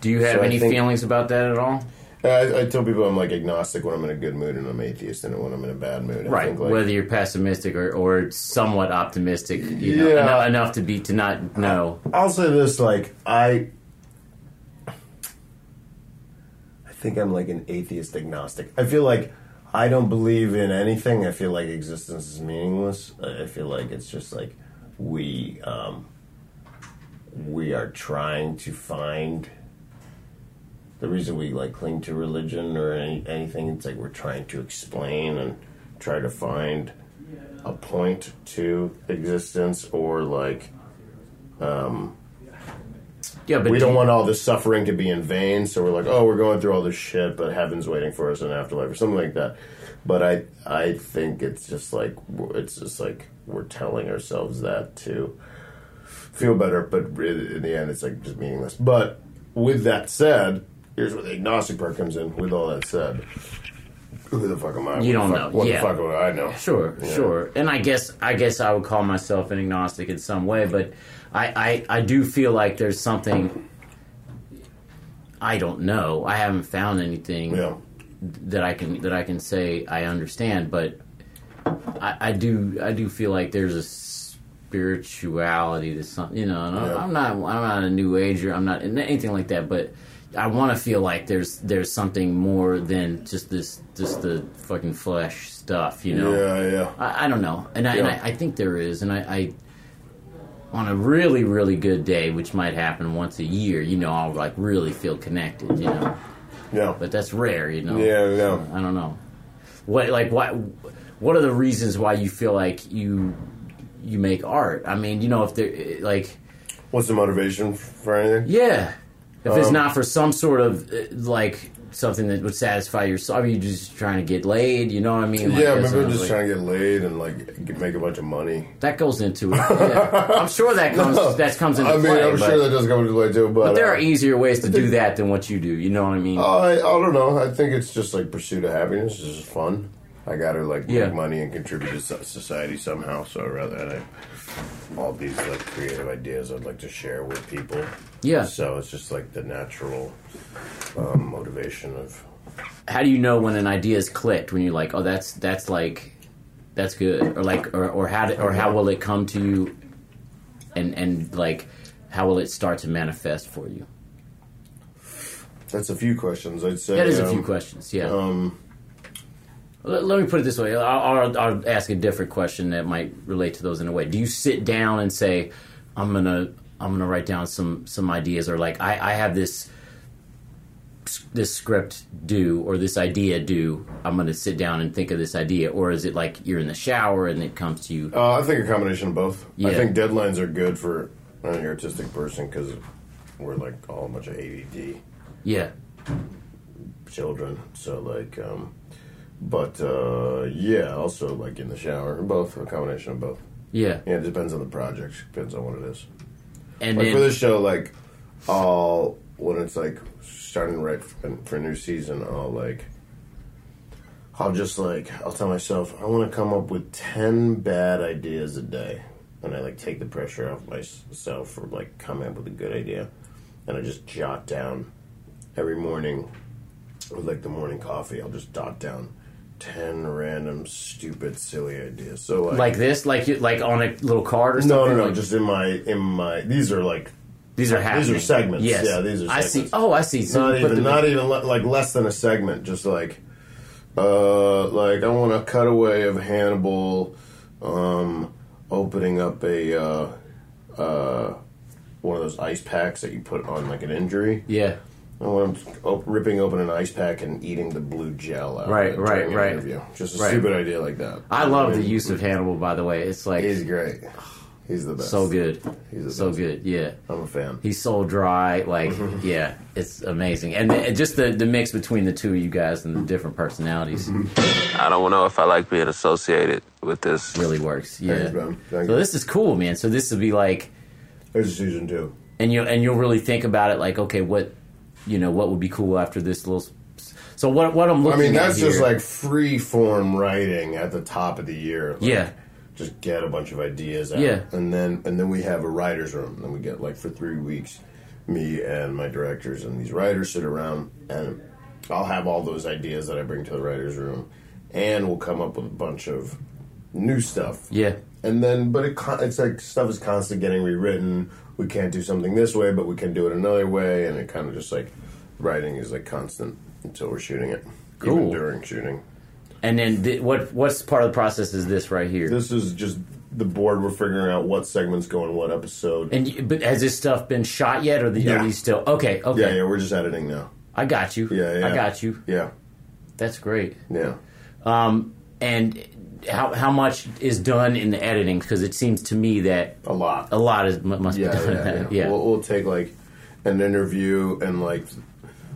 A: Do you have
C: So I
A: any
C: think-
A: feelings about that at all?
C: I, I tell people I'm like agnostic when I'm in a good mood and I'm atheist and when I'm in a bad mood. I
A: Right.
C: think, like,
A: Whether you're pessimistic or, or somewhat optimistic, you know,
C: Yeah.
A: enough, enough to be to not know.
C: I'll say this: like I, I think I'm like an atheist agnostic. I feel like I don't believe in anything. I feel like existence is meaningless. I I feel like it's just like we um, we are trying to find. The reason we like cling to religion or any, anything, it's like we're trying to explain and try to find a point to existence or like um
O: yeah, but
C: we don't want all this suffering to be in vain, so we're like, oh, we're going through all this shit, but heaven's waiting for us in afterlife or something like that. But I, I think it's just like it's just like we're telling ourselves that to feel better, but in in the end, it's like just meaningless. But with that said, here's where the agnostic part comes in. With all that said, who the fuck am I?
A: You
C: What
A: don't
C: the fuck-
A: know.
C: What
A: Yeah.
C: the fuck would I know?
A: Sure,
C: Yeah.
A: sure. And I guess I guess I would call myself an agnostic in some way, but I, I, I do feel like there's something I don't know. I haven't found anything that I can that I can say I understand, but I, I do I do feel like there's a spirituality to something you know, and I'm-
O: Yeah.
A: I'm not I'm not a new ager, I'm not anything like that, but I want to feel like there's there's something more than just this just the fucking flesh stuff, you know.
C: Yeah, yeah.
A: I, I don't know, and I, and
C: Yeah.
A: I, I think there is, and I, I on a really really good day, which might happen once a year, you know, I'll like really feel connected, you know.
C: Yeah.
A: But that's rare, you know.
C: Yeah, yeah.
A: So, I don't know. What like what what are the reasons why you feel like you you make art? I mean, you know, if there like
C: what's the motivation for anything?
A: Yeah. If it's
C: Um,
A: not for some sort of uh, like something that would satisfy your soul, I mean, you're just trying to get laid. You know what I mean? Like,
C: yeah,
A: that's
C: maybe
A: what I
C: I'm
A: was
C: just
A: like-
C: trying to get laid and like get- make a bunch of money.
A: That
C: [LAUGHS]
A: goes into it. Yeah. I'm sure that comes
C: No.
A: that comes into
C: I mean,
A: play.
C: I'm
A: but,
C: sure that does come into play too, but,
A: but there
C: uh,
A: are e- easier ways to do that than what you do. You know what I mean?
C: Oh, I, I don't know. I think it's just like pursuit of happiness is just fun. I gotta like make
A: Yeah.
C: money and contribute to so- society somehow. So rather than I, all these like creative ideas, I'd like to share with people.
A: Yeah.
C: So it's just like the natural um, motivation of
A: How do you know when an idea is clicked? When you're like, oh, that's that's like that's good, or like, or, or how do, or how will it come to you, and and like how will it start to manifest for you?
C: that's a few questions. I'd say
A: That is a
C: um,
A: few questions. Yeah.
C: Um,
A: Let, let me put it this way. I'll, I'll, I'll ask a different question that might relate to those in a way. Do you sit down and say, "I'm gonna, I'm gonna write down some some ideas," or like, "I, I have this this script due or this idea due. I'm gonna sit down and think of this idea," or is it like you're in the shower and it comes to you?
C: Uh, I think a combination of both.
A: Yeah.
C: I think deadlines are good for an artistic person because we're like all a bunch of ADD
A: yeah.
C: children. So like, um, but uh, yeah, also like in the shower, both a combination of both.
A: Yeah.
C: yeah. It depends on the project. Depends on what it is.
A: And
C: like
A: then-
C: for this show, like I'll when it's like starting right for, for a new season, I'll like. I'll just like I'll tell myself I want to come up with ten bad ideas a day, and I like take the pressure off myself for like coming up with a good idea, and I just jot down every morning with like the morning coffee. I'll just jot down ten random stupid silly ideas. So like,
A: Like this, like you, like on a little card or
C: no,
A: something.
C: no, no,
A: Like-
C: just in my in my. These are like
A: These are
C: these
A: happening.
C: are segments.
A: Yes.
C: yeah, these are.
A: I
C: Segments.
A: see. Oh, I see. So
C: not
A: you put
C: even
A: them
C: not
A: in-
C: even le- like less than a segment. Just like, uh, like I want a cutaway of Hannibal, um, opening up a uh, uh, one of those ice packs that you put on like an injury.
A: Yeah.
C: I want him op- ripping open an ice pack and eating the blue gel out.
A: Right,
C: of it
A: right,
C: during an
A: right.
C: Interview. Just a
A: Right.
C: stupid idea like that.
A: I love the
C: mean,
A: use of Hannibal. By the way, it's like
C: He's great. He's the best.
A: So good. so good. Yeah.
C: I'm a fan.
A: He's so dry.
C: [LAUGHS]
A: Like, yeah, it's amazing. And the, just the, the mix between the two of you guys and the different
C: [LAUGHS]
A: personalities
D: I don't know if I like being associated with this.
A: really works. Yeah.
D: Thanks, man.
A: so this is cool, man. So this will be like.
C: There's season two.
A: And you will and you'll really think about it, like, okay, what, you know, what would be cool after this little. s- So what what I'm
C: I
A: looking.
C: mean,
A: at
C: that's just
A: here-
C: like free form writing at the top of the year. Like,
A: Yeah.
C: Just get a bunch of ideas out.
A: Yeah.
C: And then and then we have a writer's room. And then we get like for three weeks, me and my directors and these writers sit around and I'll have all those ideas that I bring to the writer's room and we'll come up with a bunch of new stuff.
A: Yeah.
C: And then, but it, con- it's like stuff is constantly getting rewritten. We can't do something this way, but we can do it another way. And it kind of just like writing is like constant until we're shooting it. Even
A: Cool.
C: during shooting.
A: And then th- what what's part of the process is this right here?
C: This is just the board. We're figuring out what segments go in what episode.
A: And you, but has this stuff been shot yet, or the,
C: Yeah.
A: are these still okay? Okay,
C: Yeah, yeah, we're just editing now.
A: I got you.
C: Yeah, yeah.
A: I got you.
C: Yeah.
A: That's great.
C: Yeah.
A: Um, and how how much is done in the editing? Because it seems to me that
C: a lot,
A: a lot is m- must
C: yeah,
A: be [LAUGHS] done. in
C: yeah,
A: that.
C: yeah. We'll, we'll take like an interview and like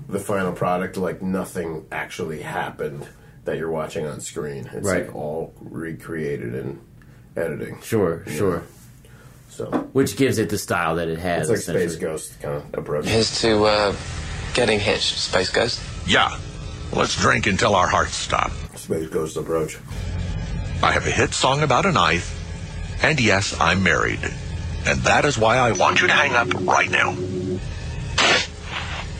C: the final product, like nothing actually happened that you're watching on screen. It's
A: Right.
C: like all recreated in editing.
A: Sure,
C: Yeah.
A: sure.
C: So
A: which gives it the style that it
C: It's
A: has.
C: like Space
A: essentially.
C: Ghost kind of approach.
A: [LAUGHS]
P: Here's to uh, getting hitched, Space Ghost.
Q: Yeah. Let's drink until our hearts stop.
C: Space Ghost approach.
Q: I have a hit song about a knife, and yes, I'm married. And that is why I want you to hang up right now.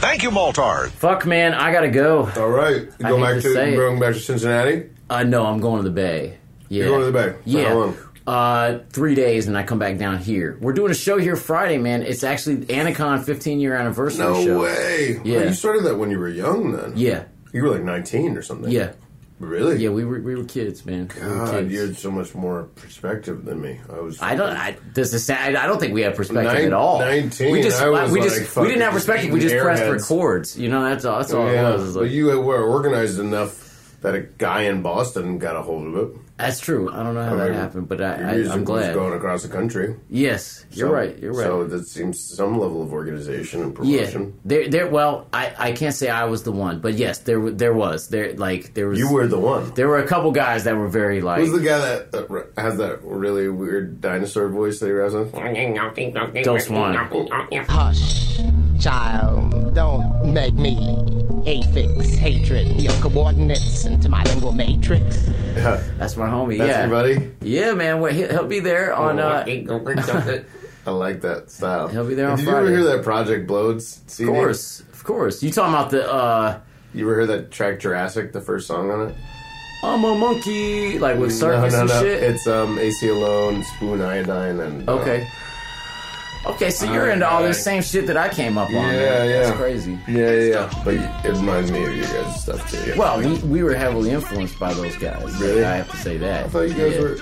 Q: Thank you, Maltard.
A: Fuck, man, I gotta go.
C: All right,
A: I
C: going back
A: hate to
C: to,
A: say it.
C: going back to Cincinnati.
A: Uh, no, I'm going to the Bay. Yeah.
C: You're going to the Bay. For
A: Yeah.
C: how long?
A: Uh, three days, and I come back down here. We're doing a show here Friday, man. It's actually Anacon 15 year anniversary
C: No
A: show.
C: way.
A: Yeah.
C: Well, you started that when you were young, then.
A: Yeah.
C: You were like 19 or something.
A: Yeah.
C: Really?
A: Yeah, we were we were kids, man. We were
C: God,
A: kids.
C: you had so much more perspective than me. I was.
A: I don't. I, does this sound, I don't think we have perspective
C: Nine-
A: at all.
C: 19,
A: We just.
C: I was
A: we
C: like
A: just. We didn't have
C: fucking
A: perspective. We just
C: eating
A: pressed
C: Airheads.
A: records. You know. That's all. That's all
C: Yeah,
A: it Oh, was. It's
C: but
A: like-
C: you were organized enough that a guy in Boston got a hold of it.
A: That's true. I don't know how
C: I
A: that
C: mean,
A: happened, but I,
C: Your
A: I,
C: music
A: I'm
C: was
A: glad.
C: going across the country.
A: Yes, you're
C: So-
A: right. You're right.
C: So that seems some level of organization and
A: yeah,
C: promotion.
A: there, there. Well, I, I can't say I was the one, but yes, there, w- there was there, like there was.
C: You were the one.
A: There were a couple guys that were very like.
C: Who's the guy that, that re- has that really weird dinosaur voice that he has on?
A: Don't swan.
R: Hush, child. Don't make me affix hatred, your coordinates into my lingual matrix.
A: That's my homie.
C: That's
A: yeah,
C: your buddy?
A: Yeah, man. Wait, he- he'll be there on. Uh,
C: I like that style. He'll
A: be there on
C: Did you ever
A: Friday.
C: hear that Project Blodes? CD?
A: Of course, of course. You talking about the? uh
C: You ever hear that track Jurassic? The first song on it.
A: I'm a monkey, like with circus and shit.
C: It's um AC Alone, Spoon Iodine, and uh,
A: Okay. Okay, so you're into all this same shit that I came up on.
C: Yeah,
A: man.
C: yeah.
A: That's crazy.
C: Yeah, yeah, yeah. But it reminds me of you guys' stuff too. yeah.
A: Well, we, we were heavily influenced by those guys.
C: Really?
A: I have to say that.
C: I thought you guys
A: Yeah.
C: were.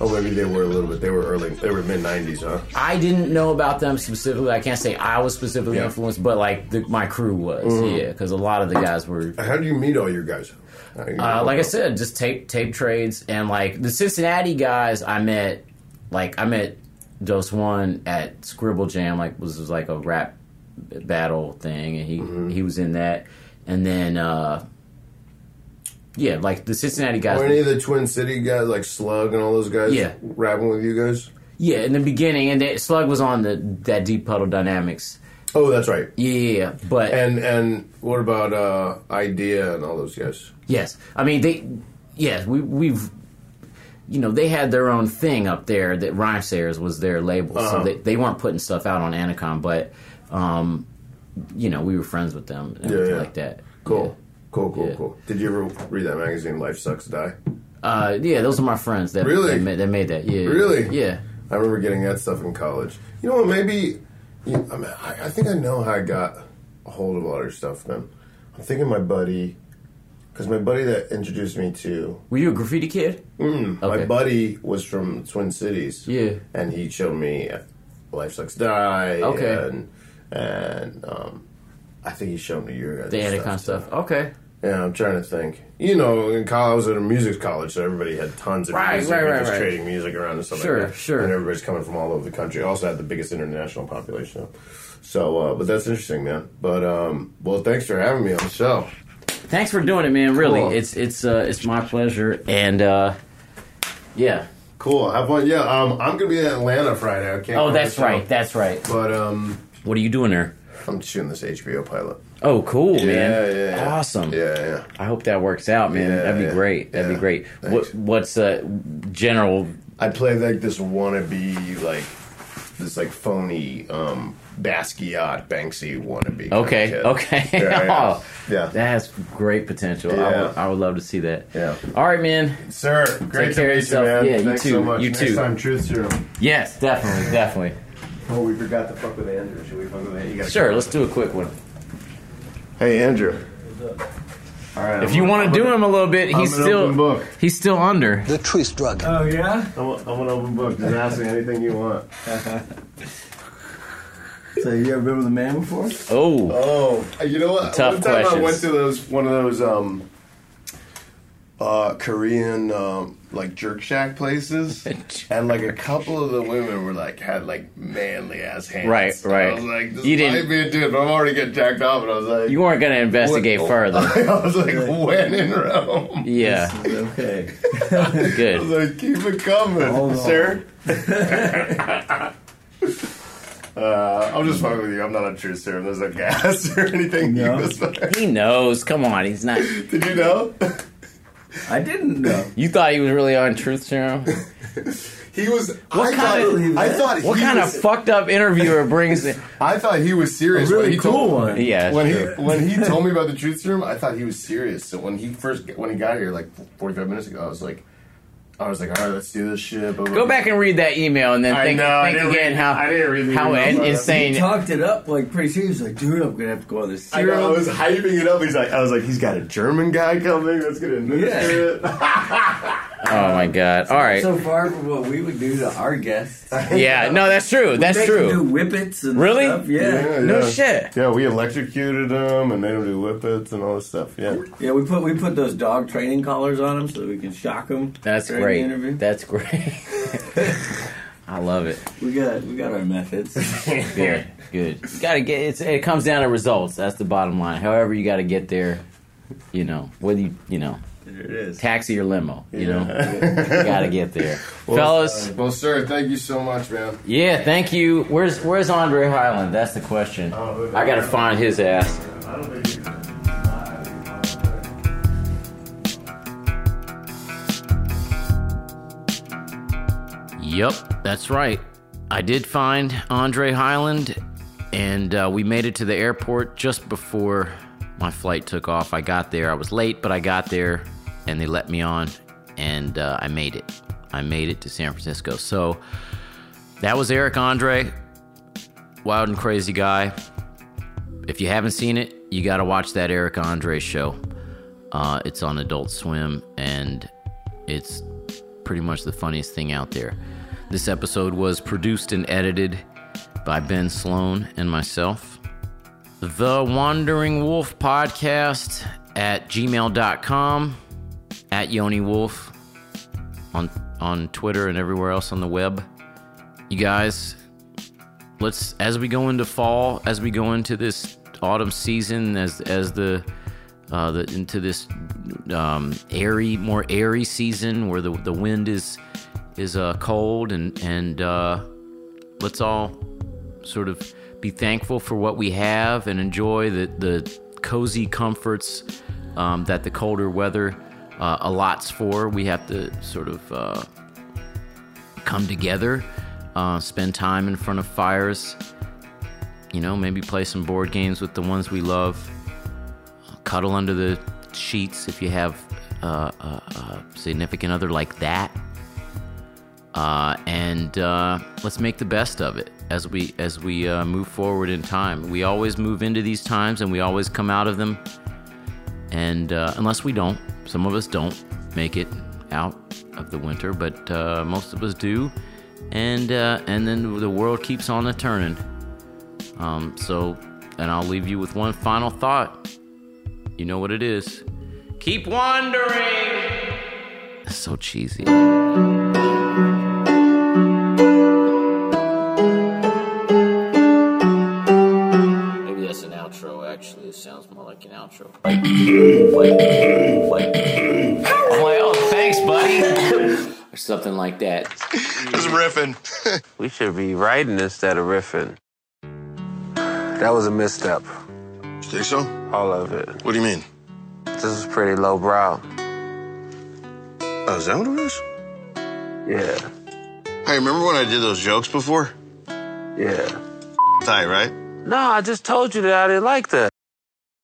C: Oh, maybe they were a little bit. They were early. They were mid '90s, huh?
A: I didn't know about them specifically. I can't say I was specifically
C: Yeah.
A: influenced, but like the, my crew was.
C: Mhm.
A: Yeah, because a lot of the guys were.
C: How do you meet all your guys? How do you
A: Uh,
C: know?
A: like I said, just tape tape trades and like the Cincinnati guys I met, like I met Dose One at Scribble Jam, like was, was like a rap battle thing, and he he was in that, and then uh yeah, like the Cincinnati guys.
C: Were any of the Twin City guys, like Slug and all those guys,
A: Yeah.
C: rapping with you guys?
A: Yeah, in the beginning, and that Slug was on the that Deep Puddle Dynamics.
C: Oh, that's right.
A: Yeah, yeah, yeah, but
C: And and what about uh Idea and all those guys?
A: Yes, I mean they. Yes, we we've. You know they had their own thing up there that Rhymesayers was their label,
C: Uh-huh.
A: so they, they weren't putting stuff out on Anacon, but um, you know we were friends with them and
C: Yeah,
A: everything
C: yeah.
A: like that.
C: Cool, cool, cool,
A: Yeah.
C: cool. Did you ever read that magazine, Life Sucks Die?
A: Uh, yeah, those are my friends that
C: Really?
A: that made, that made that. Yeah,
C: Really?
A: Yeah.
C: I remember getting that stuff in college. You know what? Maybe you- I, mean, I, I think I know how I got a hold of all your stuff. Then I'm thinking my buddy, because my buddy that introduced me to
A: Were you a graffiti kid?
C: Mm, My
A: Okay.
C: buddy was from Twin Cities.
A: Yeah.
C: And he showed me uh, Life Sucks Die.
A: Okay.
C: And, and um, I think he showed me your guys'
A: The Anacon stuff. Okay.
C: too. Yeah, I'm trying to think. You know, in college, I was at a music college, so everybody had tons of
A: Right,
C: music.
A: right,
C: and
A: right,
C: just
A: right.
C: trading music around and stuff
A: Sure,
C: like that.
A: sure.
C: And everybody's coming from all over the country. Also had the biggest international population. So, uh, but that's interesting, man. But, um, well, thanks for having me on the show.
A: Thanks for doing it, man. Really,
C: Cool.
A: it's it's uh, it's my pleasure, and uh, yeah.
C: Cool. Have fun. Yeah, um, I'm going to be in Atlanta Friday. I can't
A: Oh,
C: come
A: that's
C: to the show.
A: right. That's right.
C: But um,
A: what are you doing there?
C: I'm shooting this HBO pilot.
A: Oh, cool,
C: Yeah,
A: man!
C: yeah, yeah.
A: Awesome.
C: Yeah, yeah.
A: I hope that works out, man.
C: Yeah,
A: That'd be
C: yeah,
A: great. That'd
C: yeah.
A: be great. What what's uh general?
C: I play like this wannabe, like this like phony um Basquiat, Banksy wannabe. kind of
A: Okay,
C: kid.
A: okay. [LAUGHS]
C: Yeah, yeah.
A: Oh,
C: Yeah.
A: that has great potential. I,
C: Yeah.
A: would, I would love to see that.
C: Yeah.
A: All right, man.
C: Sir, great to
A: Take care
C: meet
A: of yourself.
C: you, man.
A: Yeah, you
C: Thanks
A: too.
C: So much.
A: You
C: Next
A: too.
C: time, truth serum.
A: Yes,
C: [LAUGHS]
A: definitely, definitely.
C: Oh, we forgot to fuck with Andrew. Should we fuck with Andrew? You gotta-
A: Sure, let's do a quick one.
C: Hey, Andrew. All right.
A: If you want to do him a little bit, he's
C: I'm an
A: still
C: open book.
A: he's still under.
H: The truth drug.
B: Oh yeah.
C: I'm, a- I'm an open book. Just ask me anything you
A: [LAUGHS]
C: want. so you ever been with a man before?
A: Oh.
C: Oh, you know what?
A: Tough
C: one time I
A: questions.
C: went to those one of those um uh, Korean um, like jerk shack
A: [LAUGHS]
C: places, and like a couple of the women were like had like manly ass hands.
A: Right,
C: And
A: right.
C: I was like, this
A: You
C: might
A: didn't-
C: be a dude, but I'm already getting jacked off, and I was like,
A: [LAUGHS] You weren't going to investigate
C: what- [LAUGHS]
A: further.
C: I
A: [LAUGHS]
C: was like, when in Rome?
A: Yeah.
C: Okay. I was [LAUGHS]
A: [LAUGHS] Good.
C: like, keep it coming, sir. [LAUGHS] uh, I'm just fucking with you. I'm not a true serum. There's no gas [LAUGHS] or anything. No.
A: He knows. Come on, he's not.
C: Did you know?
A: I didn't know. You thought he was really on Truth Serum?
C: He was.
A: What
C: I
A: kind
C: thought,
A: of-
C: I thought
A: what
C: he
A: kind
C: [LAUGHS] was-
A: of fucked up interviewer brings it?
C: I thought he was serious. when he told,
A: Yeah.
C: When
A: sure.
C: he when
A: [LAUGHS]
C: he told me about the truth serum, I thought he was serious. So when he first when he got here, like 45 minutes ago, I was like, I was like, all right, let's do this shit. But
A: Go back and read that email and then
C: I
A: think,
C: know, I
A: think
C: didn't
A: again
C: read-
A: how
C: I didn't read the
A: how
C: email,
A: in-
C: but-
A: insane.
B: He talked it up like pretty serious. Like, dude, I'm gonna have to go on this.
C: I,
B: serum.
C: know, I was hyping it up. He's like, I was like, he's got a German guy coming that's gonna administer
A: Oh my god! All right.
B: So far from what we would do to our guests.
A: Yeah. No, that's true.
B: We
A: That's
B: make them Do
A: true.
B: whippets and
A: Really?
B: stuff, Yeah.
A: No shit.
C: Yeah, we electrocuted him, and they don't do whippets and all this stuff. Yeah,
B: Yeah, we put we put those dog training collars on them so that we can shock them.
A: That's great. That's great. [LAUGHS] I
B: [LAUGHS]
A: love it.
B: We got we got our methods.
A: Good. Good. You gotta get. It's, it comes down to results. That's the bottom line. However, you got to get there. You know whether you you know
B: There it is.
A: taxi or limo. You know
C: Yeah.
A: you got to get there, fellas.
C: [LAUGHS] Well, sir, thank you so much, man.
A: Yeah, thank you. Where's Where's Andre Highland? That's the question.
C: Oh,
A: I gotta find his ass. Yep, that's right. I did find Andre Highland, and uh, we made it to the airport just before my flight took off. I got there. I was late, but I got there, and they let me on, and uh, I made it. I made it to San Francisco. So that was Eric Andre, wild and crazy guy. If you haven't seen it, you got to watch that Eric Andre show. Uh, it's on Adult Swim, and it's pretty much the funniest thing out there. This episode was produced and edited by Ben Sloan and myself. The Wandering Wolf Podcast at gmail.com, at Yoni Wolf on, on Twitter and everywhere else on the web. You guys, let's as we go into fall, as we go into this autumn season, as as the uh, the into this um, airy, more airy season where the the wind is is uh, cold and and uh, let's all sort of be thankful for what we have and enjoy the the cozy comforts um, that the colder weather uh, allots for. We have to sort of. Uh, come together, uh, spend time in front of fires, you know, maybe play some board games with the ones we love, cuddle under the sheets if you have uh, a, a significant other like that. Uh, and uh, let's make the best of it as we as we uh, move forward in time. We always move into these times, and we always come out of them. And uh, unless we don't, some of us don't make it out of the winter, but uh, most of us do. And uh, and then the world keeps on a turning. Um, so, and I'll leave you with one final thought. You know what it is. Keep wandering. So cheesy.
S: Maybe that's an outro, actually. It sounds more like an outro. Like, like, like. I'm like, oh, thanks, buddy. or something like that.
T: It's riffing.
E: We should be writing instead of riffing. That was a misstep. You
T: think so?
E: All of it.
T: What do you mean?
E: This is pretty low brow.
T: Oh, is that what it is?
E: Yeah.
T: Hey, remember when I did those jokes before?
E: Yeah.
T: Tight, right?
E: No, I just told you that I didn't like that.